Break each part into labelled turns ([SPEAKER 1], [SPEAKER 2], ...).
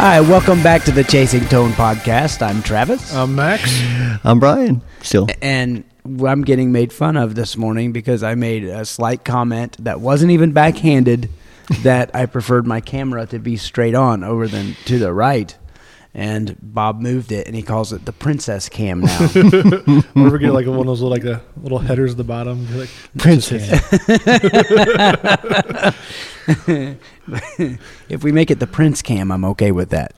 [SPEAKER 1] Hi, welcome back to the Chasing Tone podcast. I'm Travis,
[SPEAKER 2] Uh, Max,
[SPEAKER 3] I'm Brian. Still,
[SPEAKER 1] Eh, and I'm getting made fun of this morning because I made a slight comment that wasn't even backhanded that I preferred my camera to be straight on over than to the right. And Bob moved it, and he calls it the princess cam now.
[SPEAKER 2] I'll never get like one of those little, like the little headers at the bottom. Be Like,
[SPEAKER 3] Princess.
[SPEAKER 1] if we make it the prince cam, I'm okay with that.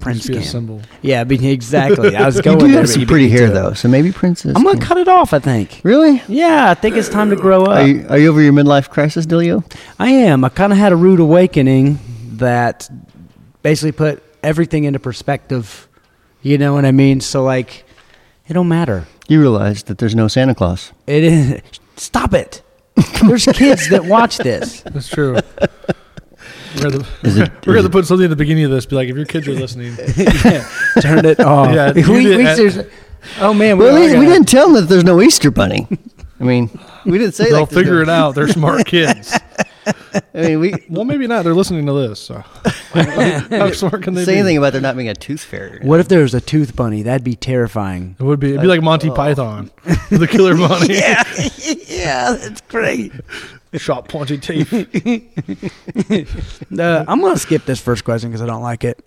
[SPEAKER 1] Prince
[SPEAKER 2] just be a
[SPEAKER 1] cam.
[SPEAKER 2] symbol.
[SPEAKER 1] Yeah, I mean, exactly. I was
[SPEAKER 3] you
[SPEAKER 1] going.
[SPEAKER 3] do
[SPEAKER 1] there,
[SPEAKER 3] have
[SPEAKER 1] but
[SPEAKER 3] some
[SPEAKER 1] you
[SPEAKER 3] pretty
[SPEAKER 1] beat me to
[SPEAKER 3] hair
[SPEAKER 1] it.
[SPEAKER 3] though, so maybe princess.
[SPEAKER 1] I'm gonna
[SPEAKER 3] can-
[SPEAKER 1] cut it off. I think.
[SPEAKER 3] really?
[SPEAKER 1] Yeah, I think it's time to grow up.
[SPEAKER 3] Are you, are you over your midlife crisis, Delio?
[SPEAKER 1] I am. I kind of had a rude awakening that basically put everything into perspective. You know what I mean? So like, it don't matter.
[SPEAKER 3] You realize that there's no Santa Claus.
[SPEAKER 1] It is. Stop it. There's kids that watch this.
[SPEAKER 2] That's true. We're gonna,
[SPEAKER 3] Is it?
[SPEAKER 2] we're
[SPEAKER 3] is
[SPEAKER 2] gonna put something at the beginning of this. Be like, if your kids are listening,
[SPEAKER 1] Turn it off.
[SPEAKER 2] Yeah,
[SPEAKER 1] we,
[SPEAKER 2] you
[SPEAKER 1] we,
[SPEAKER 2] did-
[SPEAKER 1] seriously- oh man,
[SPEAKER 3] it-
[SPEAKER 1] we,
[SPEAKER 3] well,
[SPEAKER 1] are
[SPEAKER 3] at least we
[SPEAKER 1] gonna-
[SPEAKER 3] didn't tell them that there's no Easter Bunny. I mean, we didn't say
[SPEAKER 2] they'll
[SPEAKER 3] like
[SPEAKER 2] figure it out. They're smart kids.
[SPEAKER 3] I mean, we
[SPEAKER 2] well, maybe not. They're listening to this. So. How smart can they
[SPEAKER 3] say
[SPEAKER 2] be?
[SPEAKER 3] anything about there not being a tooth fairy.
[SPEAKER 1] What if there was a tooth bunny? That'd be terrifying.
[SPEAKER 2] It would be. It'd be like
[SPEAKER 3] Oh.
[SPEAKER 2] Monty Python, the Killer Bunny.
[SPEAKER 1] yeah, that's great.
[SPEAKER 2] Shot pointy teeth.
[SPEAKER 1] Uh, I'm gonna skip this first question because I don't like it.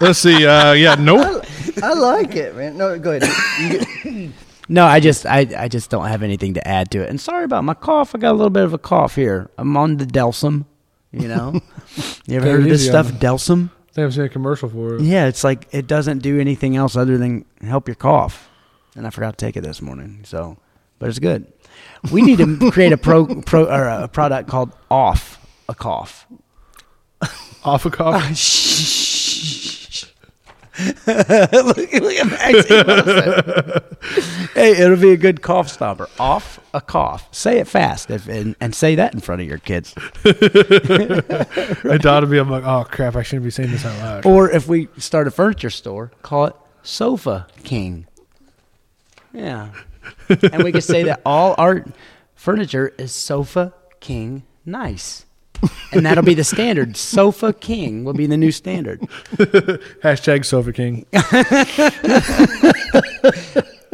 [SPEAKER 2] Let's see. Uh, yeah. Nope.
[SPEAKER 3] I like it, man. No, go ahead. You get-
[SPEAKER 1] No, I just I, I just don't have anything to add to it. And sorry about my cough. I got a little bit of a cough here. I'm on the Delsum, you know. you ever
[SPEAKER 2] Take it
[SPEAKER 1] heard of this
[SPEAKER 2] easy on
[SPEAKER 1] stuff, Delsum?
[SPEAKER 2] They haven't seen a commercial for it.
[SPEAKER 1] Yeah, it's like it doesn't do anything else other than help your cough. And I forgot to take it this morning. So, but it's good. We need to create a pro pro or a product called Off a Cough.
[SPEAKER 2] Off a cop.
[SPEAKER 3] Oh,
[SPEAKER 1] Shh. look, look at Max. He loves it. hey, it'll be a good cough stopper. Off a cough. Say it fast if, and, and say that in front of your kids.
[SPEAKER 2] I thought it'd be. I'm like, oh crap! I shouldn't be saying this out loud.
[SPEAKER 1] Or if we start a furniture store, call it Sofa King. Yeah. and we can say that all our furniture is Sofa King nice. And that'll be the standard. Sofa King will be the new standard.
[SPEAKER 3] Oh.
[SPEAKER 2] Hashtag Sofa King.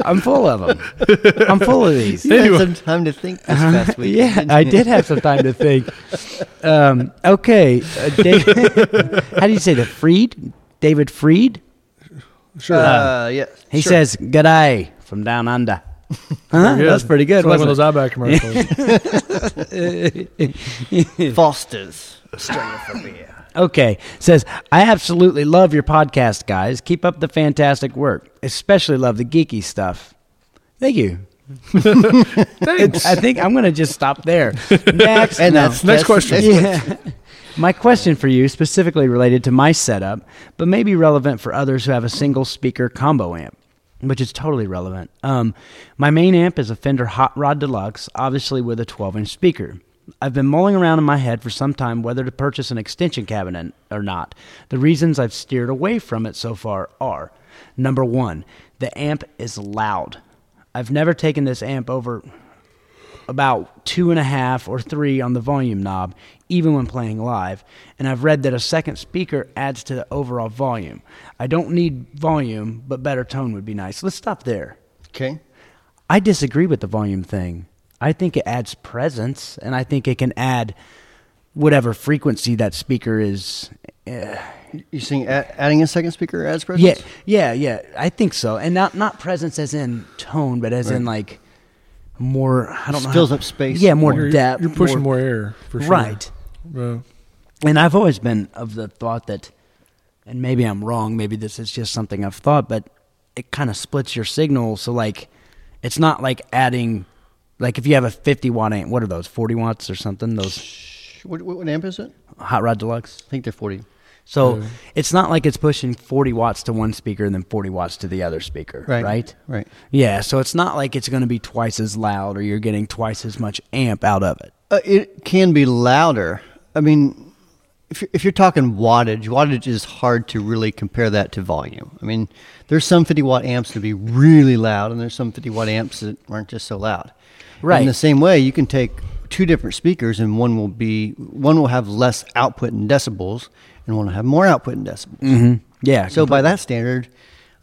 [SPEAKER 1] I'm full of them. I'm full of these.
[SPEAKER 3] you had some time to think this past week.
[SPEAKER 1] Uh-huh. Yeah, I did have some time to think. Um, okay, uh, David, how do you say the Freed? David Freed.
[SPEAKER 2] Sure.
[SPEAKER 3] Uh, yeah.
[SPEAKER 1] He
[SPEAKER 3] Sure.
[SPEAKER 1] says "Good day" from down under. Huh?
[SPEAKER 2] Very
[SPEAKER 1] That's pretty good.
[SPEAKER 2] It's like one of
[SPEAKER 1] Wasn't
[SPEAKER 2] those Outback commercials.
[SPEAKER 3] Foster's Australia
[SPEAKER 1] it? Okay, says I absolutely love your podcast, guys. Keep up the fantastic work. Especially love the geeky stuff. Thank you.
[SPEAKER 2] Thanks.
[SPEAKER 1] I think I'm gonna just stop there. Next,
[SPEAKER 3] And
[SPEAKER 1] No.
[SPEAKER 2] Next
[SPEAKER 3] that's that's-
[SPEAKER 2] question.
[SPEAKER 3] that's-
[SPEAKER 1] Yeah. my question for you specifically related to my setup, but may be relevant for others who have a single speaker combo amp, which is totally relevant. Um, my main amp is a Fender Hot Rod Deluxe, obviously with a 12 inch speaker. I've been mulling around in my head for some time whether to purchase an extension cabinet or not. The reasons I've steered away from it so far are number one, the amp is loud. I've never taken this amp over about two and a half or three on the volume knob, even when playing live. And I've read that a second speaker adds to the overall volume. I don't need volume, but better tone would be nice. Let's stop there.
[SPEAKER 3] Okay.
[SPEAKER 1] I disagree with the volume thing. I think it adds presence, and I think it can add whatever frequency that speaker is. eh,
[SPEAKER 3] You saying a- adding a second speaker as
[SPEAKER 1] yeah,
[SPEAKER 3] presence?
[SPEAKER 1] yeah, yeah. I think so, and not not presence as in tone, but as in like more. I don't know.
[SPEAKER 3] Fills
[SPEAKER 1] how-
[SPEAKER 3] up space
[SPEAKER 1] Yeah, more
[SPEAKER 3] more.
[SPEAKER 2] you're,
[SPEAKER 1] depth.
[SPEAKER 2] you're pushing more, air, for sure.
[SPEAKER 1] right.
[SPEAKER 2] Yeah.
[SPEAKER 1] And I've always been of the thought that, and maybe I'm wrong, maybe this is just something I've thought, but it kind of splits your signal. So, like, it's not like adding, like, if you have a 50 watt amp, what are those, 40 watts or something? Those
[SPEAKER 3] What, what, what amp is it?
[SPEAKER 1] Hot Rod Deluxe?
[SPEAKER 3] I think they're 40.
[SPEAKER 1] So, it's not like it's pushing 40 watts to one speaker and then 40 watts to the other speaker, right?
[SPEAKER 3] Right. Right.
[SPEAKER 1] Yeah. So, it's not like it's going to be twice as loud or you're getting twice as much amp out of it.
[SPEAKER 3] Uh, it can be louder. I mean, if you're, if you're talking wattage, wattage is hard to really compare that to volume. I mean, there's some 50 watt amps that be really loud, and there's some 50 watt amps that aren't just so loud.
[SPEAKER 1] Right.
[SPEAKER 3] In the same way, you can take two different speakers, and one will be one will have less output in decibels, and want to have more output in decibels.
[SPEAKER 1] Mm-hmm. Yeah.
[SPEAKER 3] So by that standard,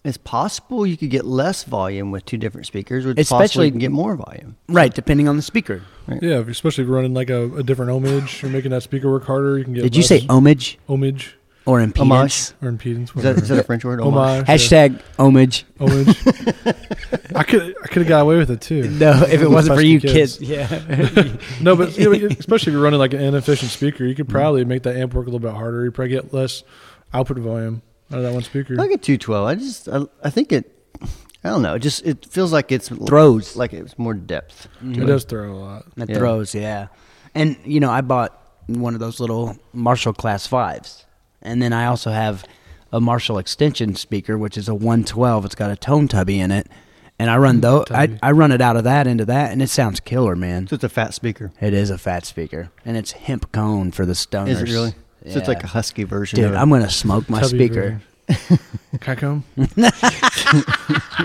[SPEAKER 3] it's possible you could get less volume with two different speakers, which
[SPEAKER 1] Especially-
[SPEAKER 3] possibly you can get more volume.
[SPEAKER 1] right, depending on the speaker.
[SPEAKER 2] Yeah, if you're especially if you're running like a, a different ohmage, you're making that speaker work harder. You can get.
[SPEAKER 1] Did you
[SPEAKER 2] less
[SPEAKER 1] say homage
[SPEAKER 2] ohmage
[SPEAKER 1] or impedance?
[SPEAKER 2] or impedance?
[SPEAKER 3] Is that,
[SPEAKER 2] whatever.
[SPEAKER 3] is that a French word?
[SPEAKER 2] Homage.
[SPEAKER 1] Hashtag homage.
[SPEAKER 2] Ohmage. I could I could have got away with it too.
[SPEAKER 1] No, if it wasn't for
[SPEAKER 2] Fucking
[SPEAKER 1] you
[SPEAKER 2] kids.
[SPEAKER 1] kids. Yeah.
[SPEAKER 2] No, but you know, especially if you're running like an inefficient speaker, you could probably make that amp work a little bit harder. You probably get less output volume out of that one speaker.
[SPEAKER 3] I get two twelve. I just I, I think it. I don't know. It just it feels like it's
[SPEAKER 1] Throws. Mm-hmm.
[SPEAKER 3] like it's more depth.
[SPEAKER 2] It does throw a lot.
[SPEAKER 1] That
[SPEAKER 3] Yeah.
[SPEAKER 1] throws, yeah. And you know, I bought one of those little Marshall Class Fives, and then I also have a Marshall extension speaker, which is a 112. It's got a tone tubby in it, and I
[SPEAKER 3] Mm,
[SPEAKER 1] run though I,
[SPEAKER 2] Tubby.
[SPEAKER 1] I run it out of that into that, and it sounds killer, man.
[SPEAKER 3] So it's a fat speaker.
[SPEAKER 1] It is a fat speaker, and it's hemp cone for the stoners.
[SPEAKER 3] Is it really? So it's like
[SPEAKER 1] Yeah.
[SPEAKER 3] a husky version.
[SPEAKER 1] dude.
[SPEAKER 3] of it.
[SPEAKER 1] I'm gonna smoke my
[SPEAKER 2] Tubby
[SPEAKER 1] speaker.
[SPEAKER 2] version. Can I come?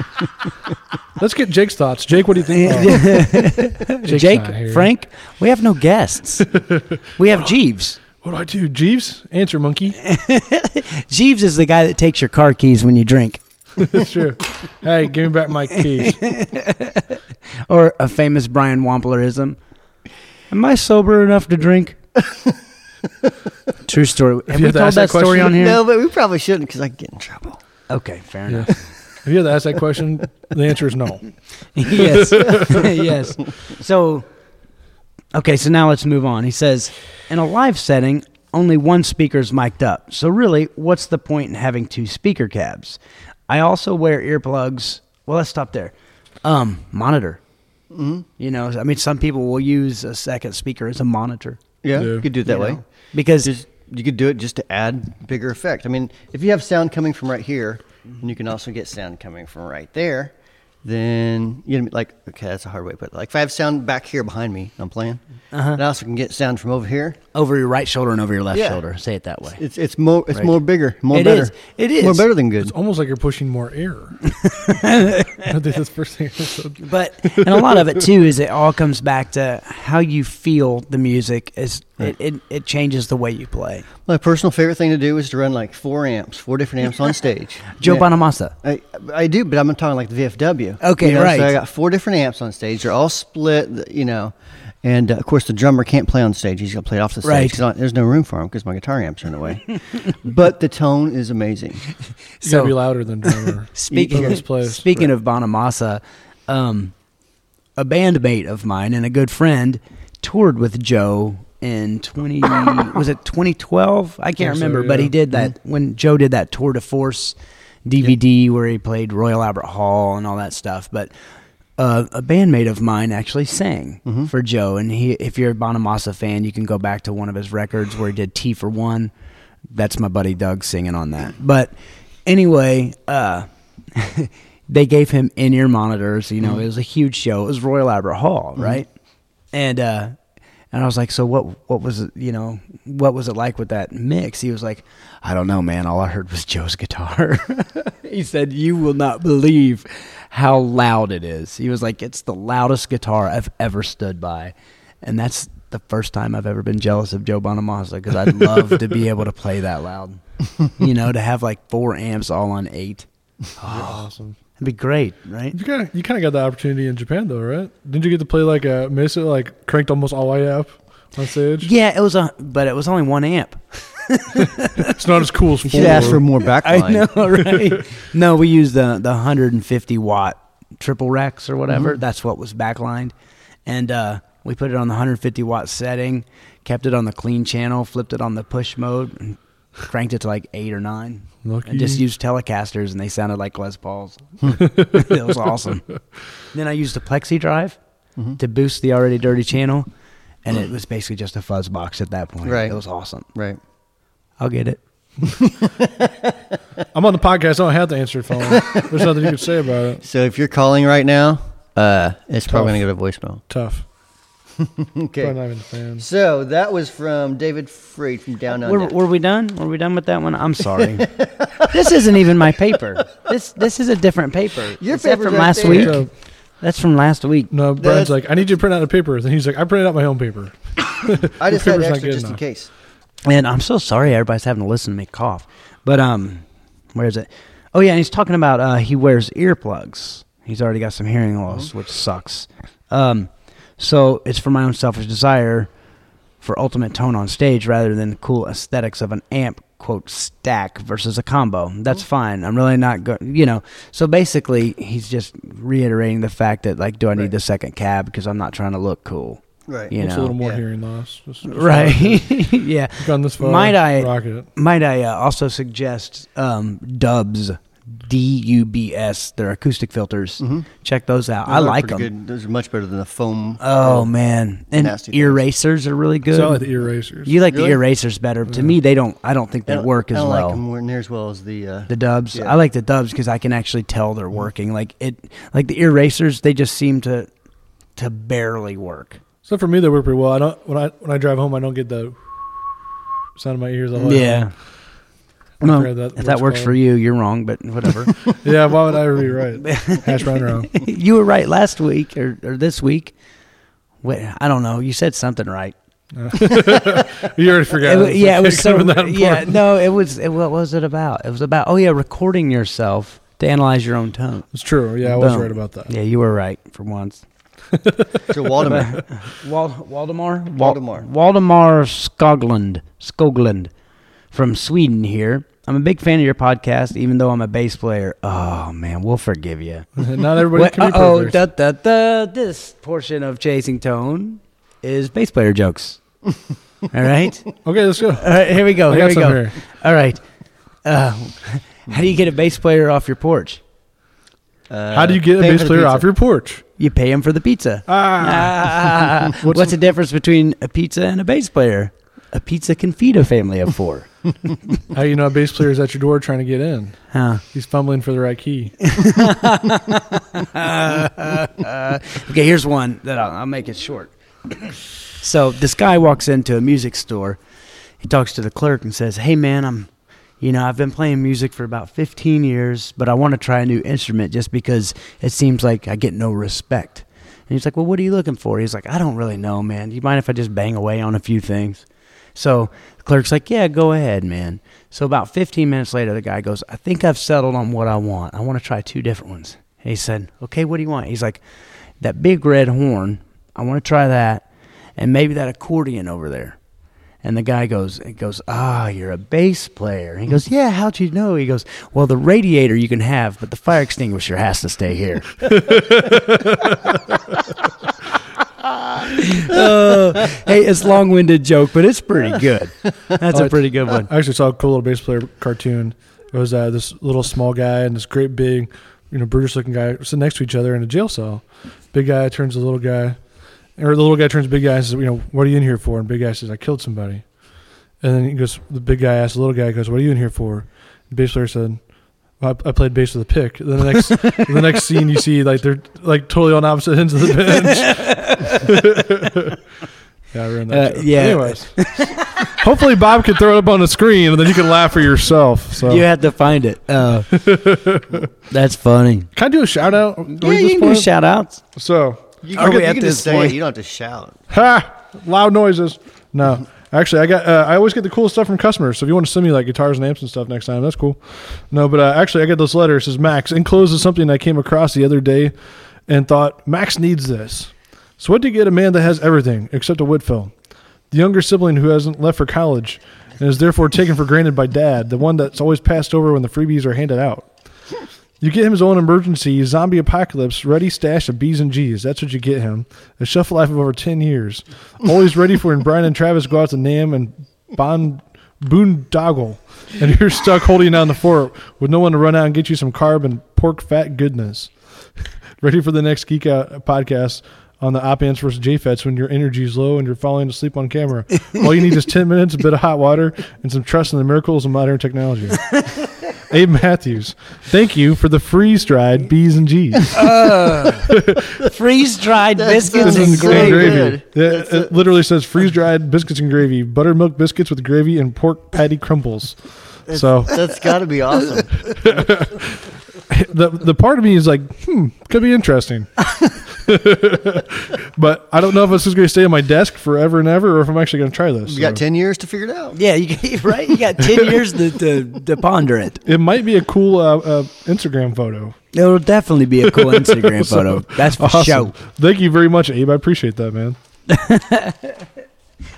[SPEAKER 2] Let's get Jake's thoughts. Jake, what do you think? Oh. Jake's not
[SPEAKER 1] Jake,
[SPEAKER 2] here.
[SPEAKER 1] Frank, we have no guests. we have Jeeves.
[SPEAKER 2] What do I do? Jeeves? Answer, monkey.
[SPEAKER 1] Jeeves is the guy that takes your car keys when you drink.
[SPEAKER 2] That's true. Hey, give me back my keys.
[SPEAKER 1] or a famous Brian Wamplerism. Am I sober enough to drink? True story. Have we
[SPEAKER 2] you had to
[SPEAKER 1] told
[SPEAKER 2] ask
[SPEAKER 1] that
[SPEAKER 2] that
[SPEAKER 1] story
[SPEAKER 2] question-
[SPEAKER 1] on here?
[SPEAKER 3] No, but we probably shouldn't because I could get in trouble.
[SPEAKER 1] Okay, fair
[SPEAKER 2] Yeah.
[SPEAKER 1] enough.
[SPEAKER 2] If you had to ask that question, the answer is no.
[SPEAKER 1] yes, yes. So, okay, so now let's move on. He says, in a live setting, only one speaker is mic'd up. So really, what's the point in having two speaker cabs? I also wear earplugs. Well, let's stop there. Um, monitor.
[SPEAKER 3] Mm-hmm.
[SPEAKER 1] You know, I mean, some people will use a second speaker as a monitor.
[SPEAKER 3] Yeah,
[SPEAKER 2] Yeah.
[SPEAKER 3] you could do it that
[SPEAKER 1] you
[SPEAKER 3] way.
[SPEAKER 1] know, because
[SPEAKER 3] Just you could do it just to add bigger effect. I mean, if you have sound coming from right here, and you can also get sound coming from right there, then you know, like okay, that's a hard way to put it. Like if I have sound back here behind me, I'm playing.
[SPEAKER 1] Uh-huh.
[SPEAKER 3] uh I also can get sound from over here.
[SPEAKER 1] over your right shoulder and over your left
[SPEAKER 3] Yeah.
[SPEAKER 1] shoulder. Say it that way.
[SPEAKER 3] It's it's more it's
[SPEAKER 1] Right.
[SPEAKER 3] more bigger, more
[SPEAKER 1] It
[SPEAKER 3] better.
[SPEAKER 1] is. It is.
[SPEAKER 3] more better than good.
[SPEAKER 2] It's almost like you're pushing more air. I think that's the first thing I said.
[SPEAKER 1] but and a lot of it too is it all comes back to how you feel the music is it, it, it changes the way you play
[SPEAKER 3] My personal favorite thing to do is to run like four amps, four different amps on stage.
[SPEAKER 1] joe
[SPEAKER 3] Yeah.
[SPEAKER 1] bonamassa
[SPEAKER 3] I, I do, but I'm talking like the VFW.
[SPEAKER 1] Okay,
[SPEAKER 3] You know,
[SPEAKER 1] right.
[SPEAKER 3] So I got four different amps on stage. They're all split, you know, and uh, of course the drummer can't play on stage. He's gonna play off the stage.
[SPEAKER 1] Right.
[SPEAKER 3] 'cause I- there's no room for him because my guitar amps are in the way. but the tone is amazing.
[SPEAKER 2] You gotta be
[SPEAKER 1] so
[SPEAKER 2] louder than drummer.
[SPEAKER 1] speaking
[SPEAKER 2] Equals plays.
[SPEAKER 1] speaking of bonamassa um, a bandmate of mine and a good friend toured with joe in 20 was it 2012 i can't
[SPEAKER 2] Think so,
[SPEAKER 1] remember but
[SPEAKER 2] yeah.
[SPEAKER 1] he did that when joe did that tour de force dvd where he played royal albert hall and all that stuff but uh, a bandmate of mine actually sang for Joe, and he. If you're a Bonamassa fan, you can go back to one of his records where he did "T for One." That's my buddy Doug singing on that. But anyway, uh, they gave him in-ear monitors. You know, it was a huge show. It was Royal Albert Hall, right? And uh, and I was like, so what? What was it? You know, what was it like with that mix? He was like, I don't know, man. All I heard was Joe's guitar. he said, you will not believe how loud it is. He was like, it's the loudest guitar I've ever stood by, and that's the first time I've ever been jealous of Joe Bonamassa because I'd love to be able to play that loud. You know, to have like four amps all on eight.
[SPEAKER 2] awesome.
[SPEAKER 1] It'd be great, right?
[SPEAKER 2] You kind of you kind of got the opportunity in Japan though, right? Didn't you get to play like a Mesa, like cranked almost all the way up on stage?
[SPEAKER 1] Yeah, it was a, but it was only one amp.
[SPEAKER 2] It's not as cool as
[SPEAKER 3] You
[SPEAKER 2] four.
[SPEAKER 3] should ask for more backline.
[SPEAKER 1] I know, right? no, we used the the 150 watt triple Rex or whatever. That's what was backlined, and uh, we put it on the 150 watt setting, kept it on the clean channel, flipped it on the push mode, and cranked it to like eight or nine.
[SPEAKER 2] Lucky.
[SPEAKER 1] And just used Telecasters, and they sounded like Les Pauls. it was awesome. Then I used a plexi drive to boost the already dirty channel, and it was basically just a fuzz box at that point.
[SPEAKER 3] Right.
[SPEAKER 1] It was awesome.
[SPEAKER 3] Right.
[SPEAKER 1] I'll get it.
[SPEAKER 2] I'm on the podcast. I don't have to answer the phone. There's nothing you can say about it.
[SPEAKER 3] So if you're calling right now, uh, it's probably
[SPEAKER 2] Tough.
[SPEAKER 3] gonna go to voicemail.
[SPEAKER 2] Tough. Probably
[SPEAKER 3] Okay.
[SPEAKER 2] not even the fans.
[SPEAKER 3] So that was from David Freed from Down Under.
[SPEAKER 1] Were, were we done? Were we done with that one? I'm sorry. this isn't even my paper. This this is a different paper.
[SPEAKER 3] Your
[SPEAKER 1] Is that
[SPEAKER 3] paper's
[SPEAKER 1] from
[SPEAKER 3] right
[SPEAKER 1] last
[SPEAKER 3] there.
[SPEAKER 1] week.
[SPEAKER 2] So,
[SPEAKER 1] That's from last week.
[SPEAKER 2] no, Brian's
[SPEAKER 3] That's-
[SPEAKER 2] like, I need you to print out a paper. Then he's like, I printed out my own paper.
[SPEAKER 3] I just had
[SPEAKER 2] paper's not
[SPEAKER 3] extra
[SPEAKER 2] good
[SPEAKER 3] just in
[SPEAKER 2] enough.
[SPEAKER 3] case.
[SPEAKER 1] And I'm so sorry everybody's having to listen to me cough. But um where is it? Oh yeah, and he's talking about uh he wears earplugs. He's already got some hearing
[SPEAKER 2] Mm-hmm.
[SPEAKER 1] loss, which sucks. Um so it's for my own selfish desire for ultimate tone on stage rather than the cool aesthetics of an amp quote stack versus a combo.
[SPEAKER 2] Mm-hmm.
[SPEAKER 1] That's fine. I'm really not going, you know. So basically, he's just reiterating the fact that like, do I need
[SPEAKER 2] Right.
[SPEAKER 1] the second cab because I'm not trying to look cool,
[SPEAKER 3] Right.
[SPEAKER 1] you
[SPEAKER 2] It's a little
[SPEAKER 1] know?
[SPEAKER 2] more
[SPEAKER 3] Yeah.
[SPEAKER 2] hearing loss. Just, just
[SPEAKER 1] Right?
[SPEAKER 2] rock it.
[SPEAKER 1] yeah.
[SPEAKER 2] Gone this far.
[SPEAKER 1] Might I-
[SPEAKER 2] rock it?
[SPEAKER 1] Might I uh, also suggest um, Dubs, D U B S. They're acoustic filters.
[SPEAKER 3] Mhm.
[SPEAKER 1] Check those out. I
[SPEAKER 3] Those are
[SPEAKER 1] like them.
[SPEAKER 3] pretty Good. Those are much better than the foam.
[SPEAKER 1] Oh man, and
[SPEAKER 3] Nasty things.
[SPEAKER 1] erasers are really good.
[SPEAKER 2] So I like the erasers.
[SPEAKER 1] you like
[SPEAKER 3] Really?
[SPEAKER 1] the erasers better. To
[SPEAKER 2] Yeah.
[SPEAKER 1] me, they don't. I don't think
[SPEAKER 3] I
[SPEAKER 1] they
[SPEAKER 3] don't-
[SPEAKER 1] work as
[SPEAKER 3] I don't
[SPEAKER 1] well.
[SPEAKER 3] like them near as well as the. Uh,
[SPEAKER 1] The dubs.
[SPEAKER 3] Yeah. Mm-hmm.
[SPEAKER 1] I like the dubs because I can actually tell they're working. Like it, like the erasers, they just seem to to barely work.
[SPEAKER 2] so for me, they work pretty well. I don't when I when I drive home, I don't get the sound of my ears. All the way home.
[SPEAKER 1] No,
[SPEAKER 2] forgot that
[SPEAKER 1] if that
[SPEAKER 2] was
[SPEAKER 1] works
[SPEAKER 2] called.
[SPEAKER 1] for you, you're wrong, but whatever.
[SPEAKER 2] yeah. Why would I be right? Hash brown wrong.
[SPEAKER 1] you were right last week or, or this week. Wait, I don't know. You said something right.
[SPEAKER 2] You already forgot.
[SPEAKER 1] It wa- yeah, it was so.
[SPEAKER 2] Could've been that
[SPEAKER 1] Yeah,
[SPEAKER 2] important.
[SPEAKER 1] no, it was. It, what was it about? It was about. Oh yeah, recording yourself to analyze your own tone.
[SPEAKER 2] It's true. Yeah, I was
[SPEAKER 1] Boom.
[SPEAKER 2] right about that.
[SPEAKER 1] Yeah, you were right for once.
[SPEAKER 3] so Waldemar.
[SPEAKER 1] Wal- Waldemar?
[SPEAKER 3] Waldemar.
[SPEAKER 1] Waldemar Skoglund. Skoglund from Sweden here. I'm a big fan of your podcast, even though I'm a bass player. Oh, man, we'll forgive you.
[SPEAKER 2] Not everybody
[SPEAKER 1] What,
[SPEAKER 2] can be
[SPEAKER 1] oh,
[SPEAKER 2] perfect.
[SPEAKER 1] da, da, da, this portion of Chasing Tone is bass player jokes. All right?
[SPEAKER 2] okay, let's go.
[SPEAKER 1] All right, here we go.
[SPEAKER 2] I
[SPEAKER 1] Oh, Here
[SPEAKER 2] got
[SPEAKER 1] we
[SPEAKER 2] some
[SPEAKER 1] go.
[SPEAKER 2] here.
[SPEAKER 1] All right. Uh, how do you get a bass player off your porch?
[SPEAKER 3] Uh,
[SPEAKER 2] How do you get a
[SPEAKER 3] pay
[SPEAKER 2] bass
[SPEAKER 3] for the
[SPEAKER 2] player
[SPEAKER 3] pizza.
[SPEAKER 2] off your porch?
[SPEAKER 1] You pay him for the pizza.
[SPEAKER 2] Ah,
[SPEAKER 1] Ah, what's, the difference between a pizza and a bass player? A pizza can feed a family of four.
[SPEAKER 2] how you know a bass player is at your door trying to get in?
[SPEAKER 1] huh.
[SPEAKER 2] He's fumbling for the right key.
[SPEAKER 1] Okay, here's one that I'll, I'll make it short. so this guy walks into a music store. He talks to the clerk and says, "Hey, man, I'm, you know, I've been playing music for about 15 years, but I want to try a new instrument just because it seems like I get no respect." And he's like, "Well, what are you looking for?" He's like, "I don't really know, man. Do you mind if I just bang away on a few things?" So the clerk's like, "Yeah, go ahead, man." So about 15 minutes later, the guy goes, "I think I've settled on what I want. I want to try two different ones." And he said, "Okay, what do you want?" He's like, "That big red horn. I want to try that, and maybe that accordion over there." And the guy goes, it goes, ah, you're a bass player. And he goes, yeah, how'd you know? He goes, well, the radiator you can have, but the fire extinguisher has to stay here. Oh, hey, it's long-winded joke, but it's pretty good. That's a pretty good one.
[SPEAKER 2] I actually saw a cool little bass player cartoon. It was uh, this little small guy and this great big, you know, brutish looking guy sitting next to each other in a jail cell. Big guy turns to the little guy, or the little guy turns to big guy and says, you know, what are you in here for? And big guy says, I killed somebody. And then he goes, the big guy asks the little guy, he goes, what are you in here for? The bass player said, well, I, I played bass with a pick. Then the next, the next scene you see, like they're like totally on opposite ends of the bench. yeah, I ruined that.
[SPEAKER 1] Uh,
[SPEAKER 2] joke.
[SPEAKER 1] yeah.
[SPEAKER 2] Anyways, hopefully Bob can throw it up on the screen and then you can laugh for yourself. So,
[SPEAKER 1] You had to find it. Uh, that's funny.
[SPEAKER 2] can I do a shout out? Are we
[SPEAKER 1] Yeah,
[SPEAKER 2] at this
[SPEAKER 1] you can do
[SPEAKER 2] point?
[SPEAKER 1] shout-outs.
[SPEAKER 2] so,
[SPEAKER 3] You,
[SPEAKER 1] Are
[SPEAKER 3] you,
[SPEAKER 1] we
[SPEAKER 3] can- you
[SPEAKER 1] at
[SPEAKER 3] can
[SPEAKER 1] this
[SPEAKER 3] just say
[SPEAKER 1] point?
[SPEAKER 3] it. You don't have to shout.
[SPEAKER 2] ha, loud noises. No, actually, I got. Uh, I always get the coolest stuff from customers. So if you want to send me like guitars and amps and stuff next time, that's cool. No, but uh, actually, I got this letter. It says Max encloses something I came across the other day, and thought Max needs this. So what do you get a man that has everything except a Whitfield? The younger sibling who hasn't left for college and is therefore taken for granted by dad, the one that's always passed over when the freebies are handed out. You get him his own emergency zombie apocalypse ready stash of B's and G's. That's what you get him. A shelf life of over 10 years. Always ready for when Brian and Travis go out to Nam and Bond boondoggle. And you're stuck holding down the fort with no one to run out and get you some carb and pork fat goodness. Ready for the next Geek Out podcast on the Op Ants versus JFETs when your energy is low and you're falling asleep on camera. All you need is 10 minutes, a bit of hot water, and some trust in the miracles of modern technology. Abe Matthews, thank you for the freeze dried B's and G's.
[SPEAKER 1] Freeze-dried
[SPEAKER 3] That
[SPEAKER 1] biscuits
[SPEAKER 3] sounds
[SPEAKER 1] and
[SPEAKER 3] so
[SPEAKER 1] gravy.
[SPEAKER 3] good.
[SPEAKER 2] Yeah, it, literally says freeze dried biscuits and gravy, buttermilk biscuits with gravy, and pork patty crumbles. So
[SPEAKER 3] That's got to be awesome.
[SPEAKER 2] the the part of me is like, hmm, could be interesting. but I don't know if this is going to stay on my desk forever and ever, or if I'm actually going to try this.
[SPEAKER 3] You got
[SPEAKER 2] so.
[SPEAKER 3] 10 years to figure it out.
[SPEAKER 1] Yeah, you right. You got ten years to, to, to ponder it.
[SPEAKER 2] It might be a cool uh, uh, Instagram photo.
[SPEAKER 1] It'll definitely be a cool Instagram photo. That's for
[SPEAKER 2] Awesome.
[SPEAKER 1] sure.
[SPEAKER 2] Thank you very much, Abe. I appreciate that, man.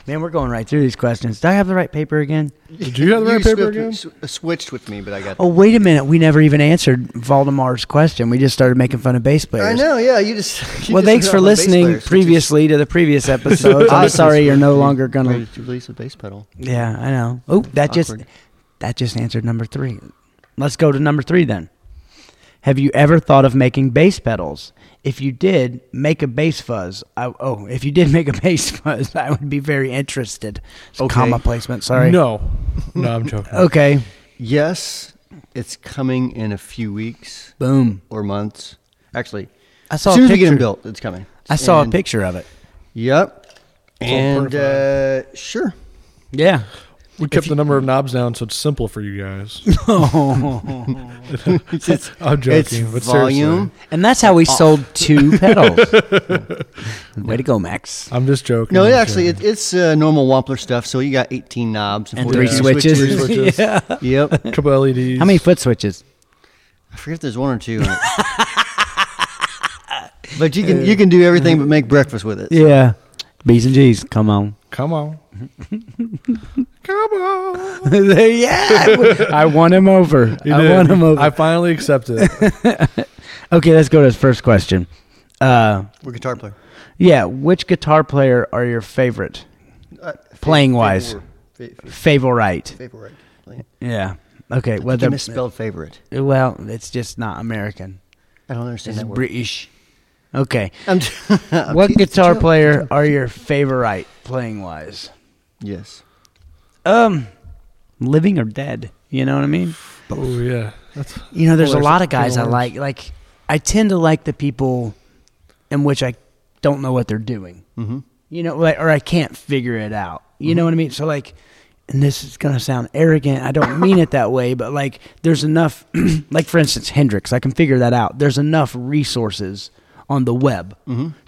[SPEAKER 1] Man, we're going right through these questions. Do I have the right paper again?
[SPEAKER 2] Did you have the right paper
[SPEAKER 3] swift-
[SPEAKER 2] again?
[SPEAKER 3] sw- switched with me, but I got.
[SPEAKER 1] Oh, wait a minute. We never even answered Valdemar's question. We just started making fun of bass players.
[SPEAKER 3] I know. Yeah, you just. you
[SPEAKER 1] well,
[SPEAKER 3] just
[SPEAKER 1] thanks
[SPEAKER 3] hit
[SPEAKER 1] for
[SPEAKER 3] on the bass
[SPEAKER 1] listening
[SPEAKER 3] players, which is-
[SPEAKER 1] previously to the previous episodes.
[SPEAKER 3] I
[SPEAKER 1] I'm
[SPEAKER 3] was
[SPEAKER 1] sorry you're no
[SPEAKER 3] ready-
[SPEAKER 1] longer gonna.
[SPEAKER 3] ready to release a bass pedal.
[SPEAKER 1] Yeah, I know. Oh, that just
[SPEAKER 3] Awkward.
[SPEAKER 1] that just answered number three. Let's go to number three then. Have you ever thought of making bass pedals? If you did, make a bass fuzz. I, oh, if you did make a bass fuzz, I would be very interested. It's a
[SPEAKER 3] Okay.
[SPEAKER 1] Comma placement. Sorry.
[SPEAKER 2] No, no, I'm joking.
[SPEAKER 1] Okay.
[SPEAKER 3] Yes, it's coming in a few weeks
[SPEAKER 1] Boom.
[SPEAKER 3] or months. Actually,
[SPEAKER 1] I saw a
[SPEAKER 3] as soon as
[SPEAKER 1] picture.
[SPEAKER 3] we get them built, it's coming.
[SPEAKER 1] I saw a
[SPEAKER 3] And-
[SPEAKER 1] picture of it.
[SPEAKER 3] Yep.
[SPEAKER 2] all
[SPEAKER 3] And uh, sure.
[SPEAKER 1] Yeah.
[SPEAKER 2] We kept the number of knobs down, so it's simple for you guys. I'm joking,
[SPEAKER 3] it's
[SPEAKER 2] but seriously,
[SPEAKER 3] volume.
[SPEAKER 1] and that's how we sold two pedals. Way to go, Max.
[SPEAKER 2] I'm just joking.
[SPEAKER 3] No, it
[SPEAKER 2] I'm
[SPEAKER 3] actually,
[SPEAKER 2] joking.
[SPEAKER 3] it, it's uh, normal Wampler stuff. So you got 18 knobs
[SPEAKER 1] And
[SPEAKER 3] 42
[SPEAKER 1] three switches.
[SPEAKER 2] switches. Three switches.
[SPEAKER 1] yeah.
[SPEAKER 3] yep.
[SPEAKER 2] a couple E LEDs.
[SPEAKER 1] How many foot switches?
[SPEAKER 3] I forget if there's one or two. on it. but you can you can do everything but make breakfast with it.
[SPEAKER 1] Yeah. B's and G's. Come on.
[SPEAKER 2] Come on. Come on.
[SPEAKER 1] yeah. I won him over.
[SPEAKER 2] You
[SPEAKER 1] I
[SPEAKER 2] did.
[SPEAKER 1] won him over.
[SPEAKER 2] I finally accepted it.
[SPEAKER 1] okay, let's go to his first question. Uh,
[SPEAKER 3] We're guitar player.
[SPEAKER 1] yeah, which guitar player are your favorite?
[SPEAKER 3] Uh,
[SPEAKER 1] Playing wise.
[SPEAKER 3] Favorite.
[SPEAKER 1] Favorite.
[SPEAKER 3] favorite. Playing.
[SPEAKER 1] Yeah. Okay,
[SPEAKER 3] Whether
[SPEAKER 1] whether
[SPEAKER 3] you misspelled favorite.
[SPEAKER 1] well, it's just not American.
[SPEAKER 3] I don't understand
[SPEAKER 1] It's
[SPEAKER 3] that word.
[SPEAKER 1] British. Okay.
[SPEAKER 3] I'm Uh,
[SPEAKER 1] What guitar player are your favorite playing wise?
[SPEAKER 3] Yes.
[SPEAKER 1] Um, living or dead? You know what I mean?
[SPEAKER 2] oh yeah. That's
[SPEAKER 1] You know, there's a
[SPEAKER 2] Well, there's
[SPEAKER 1] lot
[SPEAKER 2] a
[SPEAKER 1] of guys I
[SPEAKER 2] few
[SPEAKER 1] like. Like, I tend to like the people in which I don't know what they're doing.
[SPEAKER 3] Mm-hmm.
[SPEAKER 1] You know, like, or I can't figure it out. You know what I mean? So like, and this is gonna sound arrogant. I don't mean it that way, but like, there's enough. like for instance, Hendrix. I can figure that out. There's enough resources on the web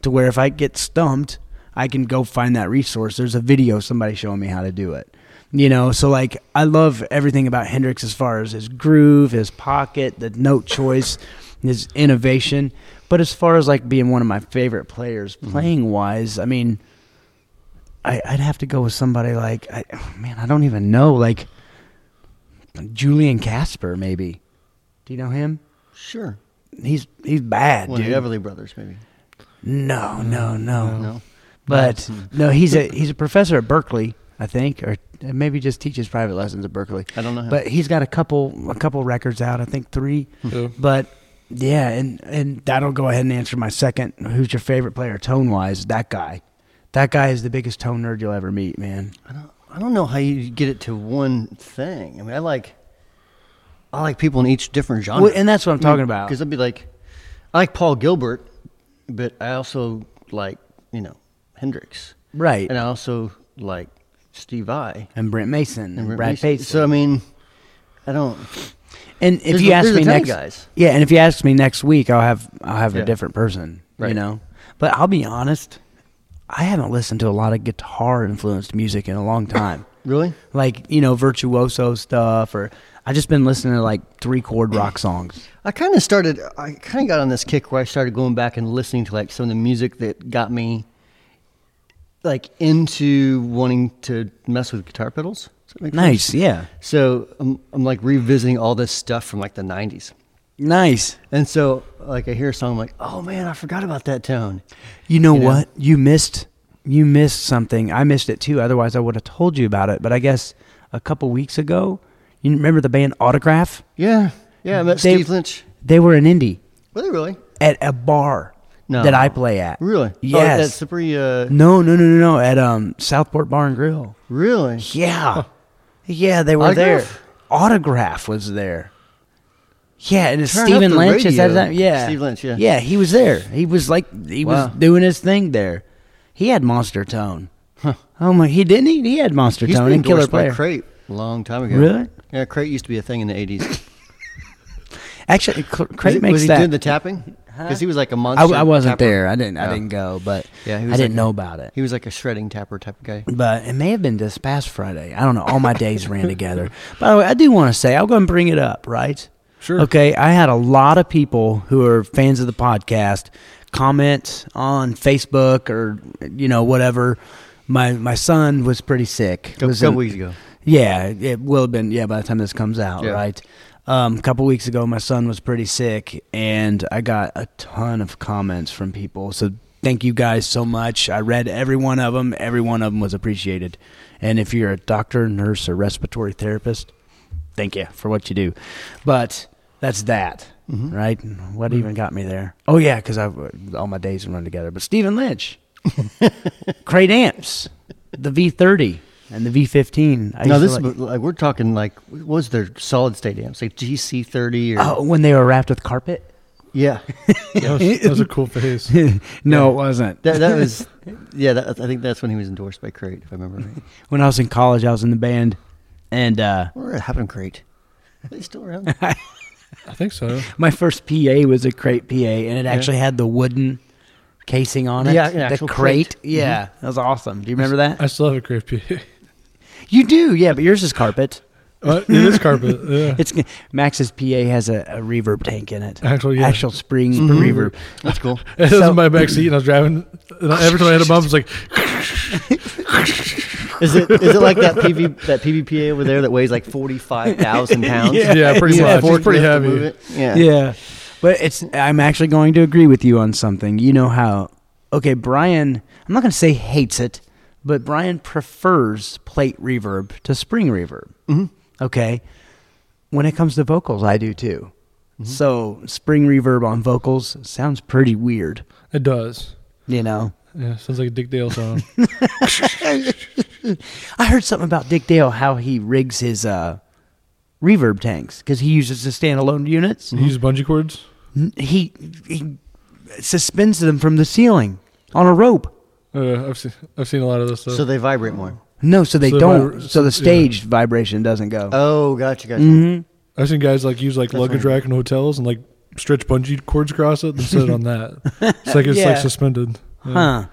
[SPEAKER 1] to where if I get stumped, I can go find that resource. There's a video of somebody showing me how to do it. You know, so like I love everything about Hendrix as far as his groove, his pocket, the note choice, his innovation. But as far as like being one of my favorite players, playing wise, I mean, I, I'd have to go with somebody like, I, man, I don't even know, like Julian Casper, maybe. Do you know him?
[SPEAKER 3] Sure.
[SPEAKER 1] He's he's bad,
[SPEAKER 3] One of
[SPEAKER 1] dude.
[SPEAKER 3] the Everly Brothers, maybe.
[SPEAKER 1] No, no, no,
[SPEAKER 3] No.
[SPEAKER 1] But no, he's a he's a professor at Berkeley, I think, or maybe just teaches private lessons at Berkeley.
[SPEAKER 3] I don't know him.
[SPEAKER 1] But he's got a couple a couple records out, I think three.
[SPEAKER 2] Yeah.
[SPEAKER 1] But yeah, and and that'll go ahead and answer my second. Who's your favorite player tone wise? That guy. That guy is the biggest tone nerd you'll ever meet, man.
[SPEAKER 3] I don't. I don't know how you get it to one thing. I mean, I like. I like people in each different genre.
[SPEAKER 1] Well, and that's what I'm talking about.
[SPEAKER 3] Because I'd be like, I like Paul Gilbert, but I also like you know Hendrix,
[SPEAKER 1] Right.
[SPEAKER 3] and I also like Steve I.
[SPEAKER 1] And Brent Mason and
[SPEAKER 3] Brent
[SPEAKER 1] Brad
[SPEAKER 3] Mason.
[SPEAKER 1] Pacey.
[SPEAKER 3] So I mean, I don't.
[SPEAKER 1] and if
[SPEAKER 3] there's
[SPEAKER 1] you
[SPEAKER 3] a-
[SPEAKER 1] ask
[SPEAKER 3] there's a
[SPEAKER 1] me
[SPEAKER 3] ton
[SPEAKER 1] next,
[SPEAKER 3] of guys.
[SPEAKER 1] yeah, and if you ask me next week, I'll have I'll have a
[SPEAKER 3] Yeah.
[SPEAKER 1] different person. You
[SPEAKER 3] Right.
[SPEAKER 1] know, but I'll be honest, I haven't listened to a lot of guitar influenced music in a long time.
[SPEAKER 3] Really?
[SPEAKER 1] like you know, virtuoso stuff, or I just been listening to like three chord rock songs.
[SPEAKER 3] I kind of started. I kind of got on this kick where I started going back and listening to like some of the music that got me like into wanting to mess with guitar pedals. Does that make sense?
[SPEAKER 1] Nice, yeah,
[SPEAKER 3] So I'm, I'm like revisiting all this stuff from like the 90s.
[SPEAKER 1] nice.
[SPEAKER 3] And so like I hear a song, I'm like, oh man, I forgot about that tone.
[SPEAKER 1] You know
[SPEAKER 3] You know?
[SPEAKER 1] what? You missed you missed something. I missed it too. Otherwise, I would have told you about it. But I guess a couple weeks ago, you remember the band Autograph?
[SPEAKER 3] Yeah. Yeah, I met
[SPEAKER 1] They-
[SPEAKER 3] Steve Lynch.
[SPEAKER 1] They were an indie
[SPEAKER 3] Were they really?
[SPEAKER 1] at a bar
[SPEAKER 3] No.
[SPEAKER 1] that I play at.
[SPEAKER 3] Really? Oh, that's
[SPEAKER 1] Yes.
[SPEAKER 3] the pre, uh,
[SPEAKER 1] no, no, no, no, no. At um Southport Bar and Grill.
[SPEAKER 3] really?
[SPEAKER 1] Yeah. Yeah, they were there.
[SPEAKER 3] Autograph?
[SPEAKER 1] Autograph was there. Yeah, and it's
[SPEAKER 3] Turn up
[SPEAKER 1] Stephen
[SPEAKER 3] the
[SPEAKER 1] Lynch. Is that his
[SPEAKER 3] radio.
[SPEAKER 1] name? Yeah.
[SPEAKER 3] Steve Lynch, yeah.
[SPEAKER 1] Yeah, he was there. He was like, he
[SPEAKER 3] Wow.
[SPEAKER 1] was doing his thing there. He had Monster Tone. Oh my, he didn't he? He had Monster
[SPEAKER 3] He's
[SPEAKER 1] Tone
[SPEAKER 3] been
[SPEAKER 1] and Killer
[SPEAKER 3] endorsed by
[SPEAKER 1] Player.
[SPEAKER 3] Crate a long time ago.
[SPEAKER 1] Really?
[SPEAKER 3] Yeah, Crate used to be a thing in the 80s.
[SPEAKER 1] Actually, Cl- Craig
[SPEAKER 3] was,
[SPEAKER 1] makes
[SPEAKER 3] was he
[SPEAKER 1] that.
[SPEAKER 3] doing the tapping? Because he was like a
[SPEAKER 1] I,
[SPEAKER 3] monster.
[SPEAKER 1] I wasn't
[SPEAKER 3] tapper.
[SPEAKER 1] there. I didn't. I
[SPEAKER 3] Yeah.
[SPEAKER 1] didn't go. But
[SPEAKER 3] Yeah, he
[SPEAKER 1] I
[SPEAKER 3] was
[SPEAKER 1] didn't
[SPEAKER 3] like-
[SPEAKER 1] know about it.
[SPEAKER 3] He was like a shredding tapper type of guy.
[SPEAKER 1] But it may have been this past Friday. I don't know. All my days ran together. By the way, I do want to say I'll go and bring it up. Right?
[SPEAKER 2] Sure.
[SPEAKER 1] Okay. I had a lot of people who are fans of the podcast comment on Facebook or you know whatever. My my son was pretty sick.
[SPEAKER 3] Couple-
[SPEAKER 1] was in-
[SPEAKER 3] couple weeks ago.
[SPEAKER 1] yeah, it will have been. Yeah, by the time this comes out,
[SPEAKER 3] Yeah.
[SPEAKER 1] right? Um, a couple weeks ago, my son was pretty sick, and I got a ton of comments from people. So thank you guys so much. I read every one of them. Every one of them was appreciated. And if you're a doctor, nurse, or respiratory therapist, thank you for what you do. But that's that,
[SPEAKER 3] Mm-hmm. Hmm?
[SPEAKER 1] right? What even got me there? Oh yeah, because I all my days run together. But Stephen Lynch, Crate amps, the V30 and the V15. I
[SPEAKER 3] No,
[SPEAKER 1] used to
[SPEAKER 3] this
[SPEAKER 1] like-
[SPEAKER 3] was- like we're talking like what was their solid state amps like GC thirty or
[SPEAKER 1] Oh, when they were wrapped with carpet?
[SPEAKER 3] yeah.
[SPEAKER 2] That was, that was a cool phase.
[SPEAKER 1] no, it wasn't.
[SPEAKER 3] That, that was yeah. That, I think that's when he was endorsed by Crate, if I remember right.
[SPEAKER 1] When I was in college, I was in the band, and uh,
[SPEAKER 3] Or it happened to Crate. Are they still around?
[SPEAKER 2] I think so.
[SPEAKER 1] my first PA was a crate PA, and it actually had the wooden casing on it.
[SPEAKER 3] Yeah, an
[SPEAKER 1] the
[SPEAKER 3] actual Mm-hmm.
[SPEAKER 1] crate.
[SPEAKER 3] crate.
[SPEAKER 1] Yeah, that was awesome. Do you remember that?
[SPEAKER 2] I still have a great PA.
[SPEAKER 1] You do, yeah, but yours is carpet.
[SPEAKER 2] Uh, it is carpet. Yeah.
[SPEAKER 1] It's Max's PA has a, a reverb tank in it.
[SPEAKER 2] Actual, yeah.
[SPEAKER 1] actual spring reverb.
[SPEAKER 3] That's cool.
[SPEAKER 2] It was
[SPEAKER 1] so-
[SPEAKER 2] in my back seat, and I was driving. And every time I hit a bump, it's like
[SPEAKER 3] Is it is it like that PV that PVPA over there that weighs like forty five thousand pounds?
[SPEAKER 2] yeah, pretty
[SPEAKER 3] You
[SPEAKER 2] much.
[SPEAKER 3] have a
[SPEAKER 2] It's pretty
[SPEAKER 3] forklift to move
[SPEAKER 2] heavy.
[SPEAKER 3] it? Yeah.
[SPEAKER 1] yeah. But it's I'm actually going to agree with you on something. You know how okay, Brian I'm not gonna say hates it, but Brian prefers plate reverb to spring reverb. Mm-hmm. Okay. When it comes to vocals, I do too. So spring reverb on vocals sounds pretty weird,
[SPEAKER 2] It does.
[SPEAKER 1] you know.
[SPEAKER 2] Yeah, sounds like a Dick Dale song.
[SPEAKER 1] I heard something about Dick Dale how he rigs his uh, reverb tanks because he uses the standalone units.
[SPEAKER 2] You use bungee cords.
[SPEAKER 1] He he suspends them from the ceiling on a rope.
[SPEAKER 2] Uh, I've seen I've seen a lot of this stuff.
[SPEAKER 3] So they vibrate more.
[SPEAKER 1] No, so they
[SPEAKER 2] So
[SPEAKER 1] don't.
[SPEAKER 2] vibra-
[SPEAKER 1] so the
[SPEAKER 2] so- yeah.
[SPEAKER 1] staged vibration doesn't go.
[SPEAKER 3] Oh, gotcha, gotcha.
[SPEAKER 2] I've seen guys like use like luggage rack in hotels and like stretch bungee cords across it and sit on that. It's like it's
[SPEAKER 1] Yeah.
[SPEAKER 2] like suspended. Yeah.
[SPEAKER 1] Huh.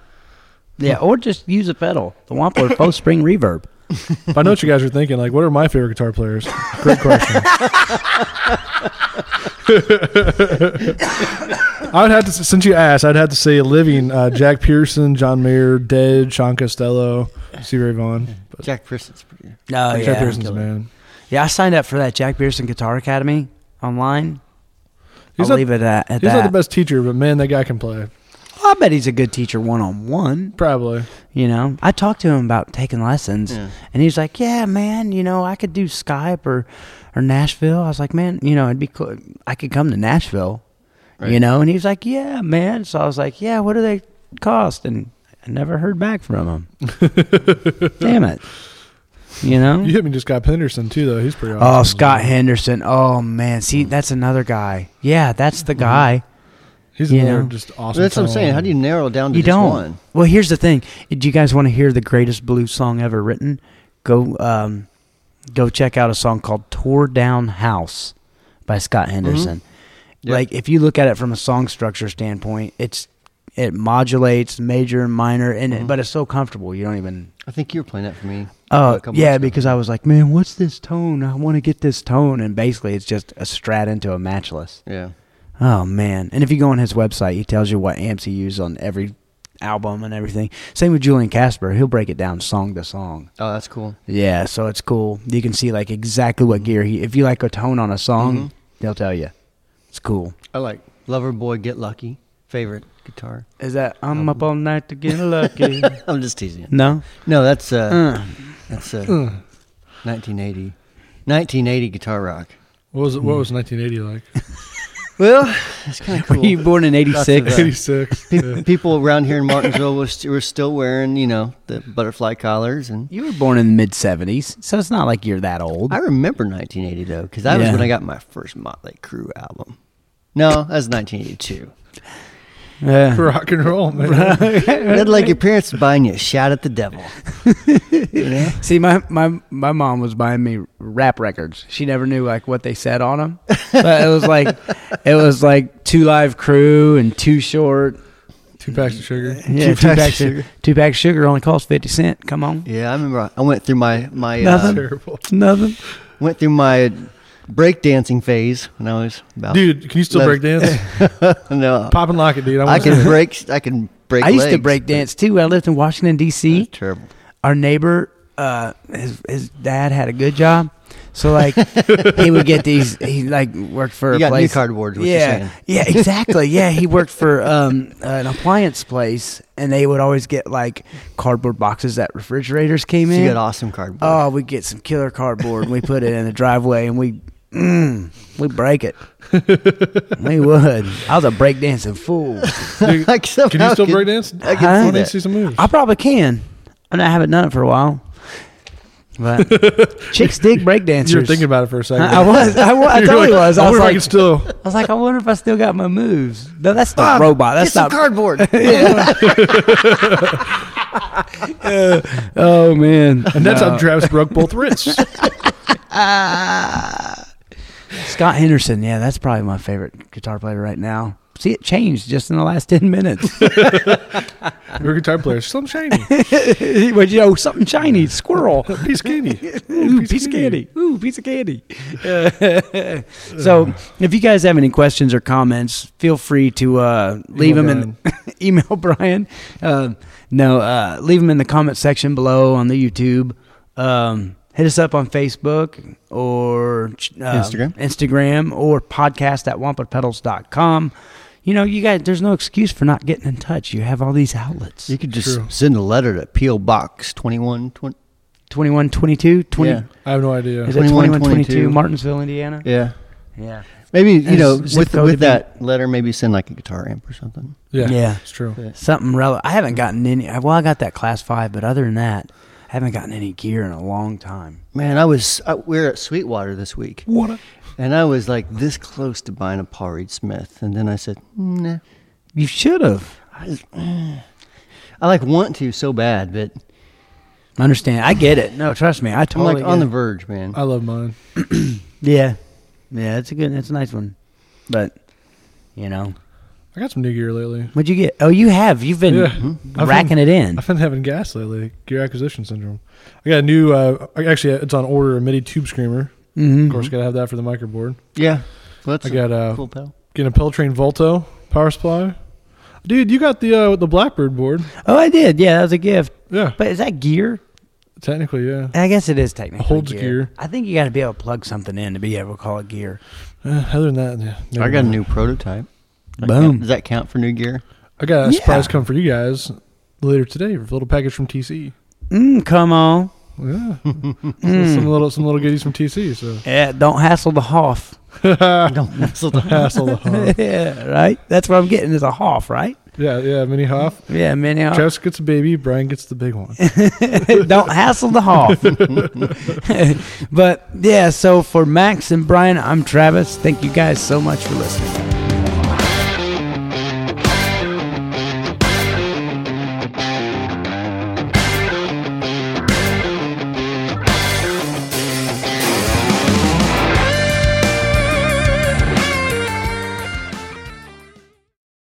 [SPEAKER 1] Yeah, or just use a pedal. The Wampler faux spring reverb.
[SPEAKER 2] If I know what you guys are thinking, like, what are my favorite guitar players? Great question. I would have to, since you asked, I'd have to say living uh, Jack Pearson, John Mayer, Dead, Sean Costello, C. Ray Vaughan. But
[SPEAKER 3] Jack Pearson's pretty.
[SPEAKER 1] No,
[SPEAKER 2] Jack
[SPEAKER 1] Oh, yeah.
[SPEAKER 2] Pearson's a man.
[SPEAKER 1] Yeah, I signed up for that Jack Pearson Guitar Academy online.
[SPEAKER 2] He's
[SPEAKER 1] I'll
[SPEAKER 2] not-
[SPEAKER 1] leave it at, at
[SPEAKER 2] He's
[SPEAKER 1] that.
[SPEAKER 2] not the best teacher, but man, that guy can play.
[SPEAKER 1] I bet he's a good teacher one on one.
[SPEAKER 2] Probably.
[SPEAKER 1] You know, I talked to him about taking lessons,
[SPEAKER 3] Yeah.
[SPEAKER 1] and he's like, "Yeah, man, you know, I could do Skype or, or Nashville." I was like, "Man, you know, it'd be cool. I could come to Nashville, you
[SPEAKER 3] Right.
[SPEAKER 1] know." And he was like, "Yeah, man." So I was like, "Yeah, what do they cost?" And I never heard back from him. Damn it, you know.
[SPEAKER 2] You hit me just Scott Henderson, too, though. He's pretty awesome.
[SPEAKER 1] Oh, Scott Henderson. Oh man, see, that's another guy. Yeah, that's
[SPEAKER 3] Mm-hmm.
[SPEAKER 1] the guy.
[SPEAKER 2] He's
[SPEAKER 1] you
[SPEAKER 2] another
[SPEAKER 1] know.
[SPEAKER 2] just
[SPEAKER 3] But
[SPEAKER 2] awesome.
[SPEAKER 3] that's what I'm
[SPEAKER 2] talent.
[SPEAKER 3] saying. How do you narrow it down to
[SPEAKER 1] You
[SPEAKER 3] just
[SPEAKER 1] don't.
[SPEAKER 3] one?
[SPEAKER 1] Well, here's the thing. Do you guys want to hear the greatest blues song ever written? Go, um, go check out a song called "Tore Down House" by Scott Henderson.
[SPEAKER 3] Mm-hmm. Yep.
[SPEAKER 1] Like, if you look at it from a song structure standpoint, it's it modulates major and minor, and
[SPEAKER 3] Mm-hmm.
[SPEAKER 1] it, but it's so comfortable you don't even.
[SPEAKER 3] I think you were playing that for me.
[SPEAKER 1] Oh
[SPEAKER 3] a couple
[SPEAKER 1] yeah,
[SPEAKER 3] months ago.
[SPEAKER 1] because I was like, man, what's this tone? I want to get this tone, and basically, it's just a strat into a matchless.
[SPEAKER 3] yeah,
[SPEAKER 1] Oh man! And if you go on his website, he tells you what amps he used on every album and everything. Same with Julian Casper; he'll break it down song to song.
[SPEAKER 3] oh, that's cool.
[SPEAKER 1] Yeah, so it's cool. You can see like exactly what gear he. If you like a tone on a song, they'll tell you. It's cool.
[SPEAKER 3] I like Lover Boy, Get Lucky, favorite guitar.
[SPEAKER 1] Is that I'm up all night to get lucky?
[SPEAKER 3] I'm just teasing. you.
[SPEAKER 1] no.
[SPEAKER 3] No, that's uh,
[SPEAKER 1] Uh,
[SPEAKER 3] that's uh,
[SPEAKER 1] Mm.
[SPEAKER 3] 1980, 1980 guitar rock.
[SPEAKER 2] What was, it, what was 1980 like?
[SPEAKER 3] Well, it's kind of cool.
[SPEAKER 1] Were you born in '86?
[SPEAKER 3] Lots of, uh,
[SPEAKER 2] 86. yeah.
[SPEAKER 3] Pe- people around here in Martinsville were, st- were still wearing, you know, the butterfly collars, and
[SPEAKER 1] You were born in the mid '70s, so it's not like you're that old.
[SPEAKER 3] I remember 1980 though, because that
[SPEAKER 1] Yeah.
[SPEAKER 3] was when I got my first Motley Crue album. No, that was 1982.
[SPEAKER 1] Yeah.
[SPEAKER 2] rock and roll, man.
[SPEAKER 3] Not like your parents buying you a shot at the devil. You know?
[SPEAKER 1] See, my, my my mom was buying me rap records. She never knew like what they said on them. But it was like it was like two live crew and two short.
[SPEAKER 2] Two packs of sugar.
[SPEAKER 1] Yeah, two, packs, of sugar. Two packs of sugar only cost fifty cent. Come on,
[SPEAKER 3] Yeah, I remember. I- I went through my my uh,
[SPEAKER 1] Nothing.
[SPEAKER 2] Terrible,
[SPEAKER 1] it's nothing.
[SPEAKER 3] went through my breakdancing phase when I was about
[SPEAKER 2] dude. Can you still break
[SPEAKER 3] Left-
[SPEAKER 2] dance?
[SPEAKER 3] no,
[SPEAKER 2] Pop and lock it, dude. I,
[SPEAKER 3] I
[SPEAKER 2] wanna
[SPEAKER 3] can break. I can break.
[SPEAKER 1] I used to
[SPEAKER 3] legs,
[SPEAKER 1] break
[SPEAKER 3] but
[SPEAKER 1] dance too. I lived in Washington D.C.
[SPEAKER 3] it's Terrible.
[SPEAKER 1] our neighbor uh his his dad had a good job so like he would get these he like worked for
[SPEAKER 3] You
[SPEAKER 1] a
[SPEAKER 3] got new
[SPEAKER 1] place
[SPEAKER 3] card awards, what you're
[SPEAKER 1] yeah
[SPEAKER 3] saying.
[SPEAKER 1] yeah exactly yeah he worked for um an appliance place and they would always get like cardboard boxes that refrigerators came
[SPEAKER 3] So
[SPEAKER 1] in
[SPEAKER 3] you got awesome cardboard.
[SPEAKER 1] oh we get some killer cardboard and we put it in the driveway and we mm, we break it we would i was a breakdancing fool
[SPEAKER 2] Dude,
[SPEAKER 3] Like somehow
[SPEAKER 2] can you still
[SPEAKER 3] could-
[SPEAKER 2] break dance?
[SPEAKER 3] I
[SPEAKER 1] Huh?
[SPEAKER 3] can
[SPEAKER 2] I
[SPEAKER 3] see
[SPEAKER 2] need to
[SPEAKER 3] that.
[SPEAKER 2] see some moves.
[SPEAKER 1] I probably can. I mean, I haven't done it for a while, but chicks dig breakdancers.
[SPEAKER 2] You were thinking about it for a second.
[SPEAKER 1] I, I was. I, wa- I
[SPEAKER 2] You're
[SPEAKER 1] totally
[SPEAKER 2] like,
[SPEAKER 1] was. I,
[SPEAKER 2] I
[SPEAKER 1] was
[SPEAKER 2] wonder if I
[SPEAKER 1] like, I,
[SPEAKER 2] can still.
[SPEAKER 1] was like, I wonder if I still got my moves. No, that's
[SPEAKER 3] Ah,
[SPEAKER 1] not robot.
[SPEAKER 3] Get
[SPEAKER 1] That's
[SPEAKER 3] some
[SPEAKER 1] not.
[SPEAKER 3] cardboard.
[SPEAKER 1] oh man,
[SPEAKER 2] And that's how Travis broke both wrists.
[SPEAKER 1] Scott Henderson. Yeah, that's probably my favorite guitar player right now. See, it changed just in the last ten minutes.
[SPEAKER 2] You're a guitar player. Some shiny.
[SPEAKER 1] but you know, something shiny, squirrel.
[SPEAKER 2] Piece of candy.
[SPEAKER 1] Ooh, piece, of candy. Ooh, piece of candy. so, if you guys have any questions or comments, feel free to uh, leave
[SPEAKER 2] Email
[SPEAKER 1] them in email Brian. Uh, no, uh, leave them in the comment section below on the YouTube. Um, hit us up on Facebook or uh,
[SPEAKER 3] Instagram.
[SPEAKER 1] Instagram or podcast at wampapedals.com. You know, you guys, there's no excuse for not getting in touch. You have all these outlets.
[SPEAKER 3] You could just
[SPEAKER 2] True.
[SPEAKER 3] send a letter to P.O. Box 2120.
[SPEAKER 1] 21, 22, 20,
[SPEAKER 3] Yeah.
[SPEAKER 2] I have no idea.
[SPEAKER 1] is it
[SPEAKER 3] 21,
[SPEAKER 1] 21, 22,
[SPEAKER 3] 22?
[SPEAKER 1] Martinsville, Indiana?
[SPEAKER 3] Yeah.
[SPEAKER 1] yeah.
[SPEAKER 3] Maybe, you
[SPEAKER 1] Is
[SPEAKER 3] know,
[SPEAKER 1] zip
[SPEAKER 3] with,
[SPEAKER 1] code to
[SPEAKER 3] with
[SPEAKER 1] be-
[SPEAKER 3] that letter, maybe send like a guitar amp or something.
[SPEAKER 2] Yeah,
[SPEAKER 1] Yeah.
[SPEAKER 2] it's true.
[SPEAKER 1] something relevant. I haven't gotten any. Well, I got that class five, but other than that, I haven't gotten any gear in a long time.
[SPEAKER 3] Man, I was, I, we were at Sweetwater this week.
[SPEAKER 2] What? A,
[SPEAKER 3] And I was like this close to buying a Paul Reed Smith. And then I said, nah.
[SPEAKER 1] You should have.
[SPEAKER 3] I, just, eh. I like want to so bad, but
[SPEAKER 1] Understand? I get it. No, trust me. I
[SPEAKER 3] I'm
[SPEAKER 1] totally
[SPEAKER 3] like on the
[SPEAKER 1] get
[SPEAKER 3] verge, man.
[SPEAKER 2] I love mine.
[SPEAKER 1] it. Yeah, yeah. That's a good. That's a nice one. But you know,
[SPEAKER 2] I got some new gear lately.
[SPEAKER 1] what'd you get? Oh, you have. You've been
[SPEAKER 2] Yeah. Mhm. I've
[SPEAKER 1] racking it in.
[SPEAKER 2] I've been having gas lately. Gear acquisition syndrome. I got a new. Uh, I- actually, it's on order. A MIDI tube screamer.
[SPEAKER 1] Mhm.
[SPEAKER 2] Of course, gotta have that for the microboard.
[SPEAKER 3] yeah. Well, that's
[SPEAKER 2] I got uh,
[SPEAKER 3] Mm-hmm. cool pal.
[SPEAKER 2] getting a Peltrain Volto power supply. Dude, you got the uh, the Blackbird board.
[SPEAKER 1] Oh, I did. Yeah, that was a gift.
[SPEAKER 2] Yeah,
[SPEAKER 1] But is that gear?
[SPEAKER 2] technically, yeah.
[SPEAKER 1] I guess it is technically
[SPEAKER 2] Holds gear.
[SPEAKER 1] I think you got to be able to plug something in to be able to call it gear.
[SPEAKER 2] Eh, other than that, yeah, never
[SPEAKER 3] I got a
[SPEAKER 2] mind.
[SPEAKER 3] new prototype. That
[SPEAKER 1] Boom.
[SPEAKER 3] count- does that count for new gear?
[SPEAKER 2] I got a
[SPEAKER 1] Yeah.
[SPEAKER 2] surprise come for you guys later today. A little package from TC.
[SPEAKER 1] Mm, come on.
[SPEAKER 2] Yeah, So some little some little goodies from TC. So
[SPEAKER 1] Yeah, don't hassle the Hoff.
[SPEAKER 2] hassle the Hoff.
[SPEAKER 1] yeah, right. That's what I'm getting is a Hoff, right?
[SPEAKER 2] Yeah, yeah. Mini Hoff.
[SPEAKER 1] Yeah, mini Hoff.
[SPEAKER 2] Travis gets a baby. Brian gets the big one.
[SPEAKER 1] Don't hassle the Hoff. but yeah, so for Max and Brian, I'm Travis. Thank you guys so much for listening.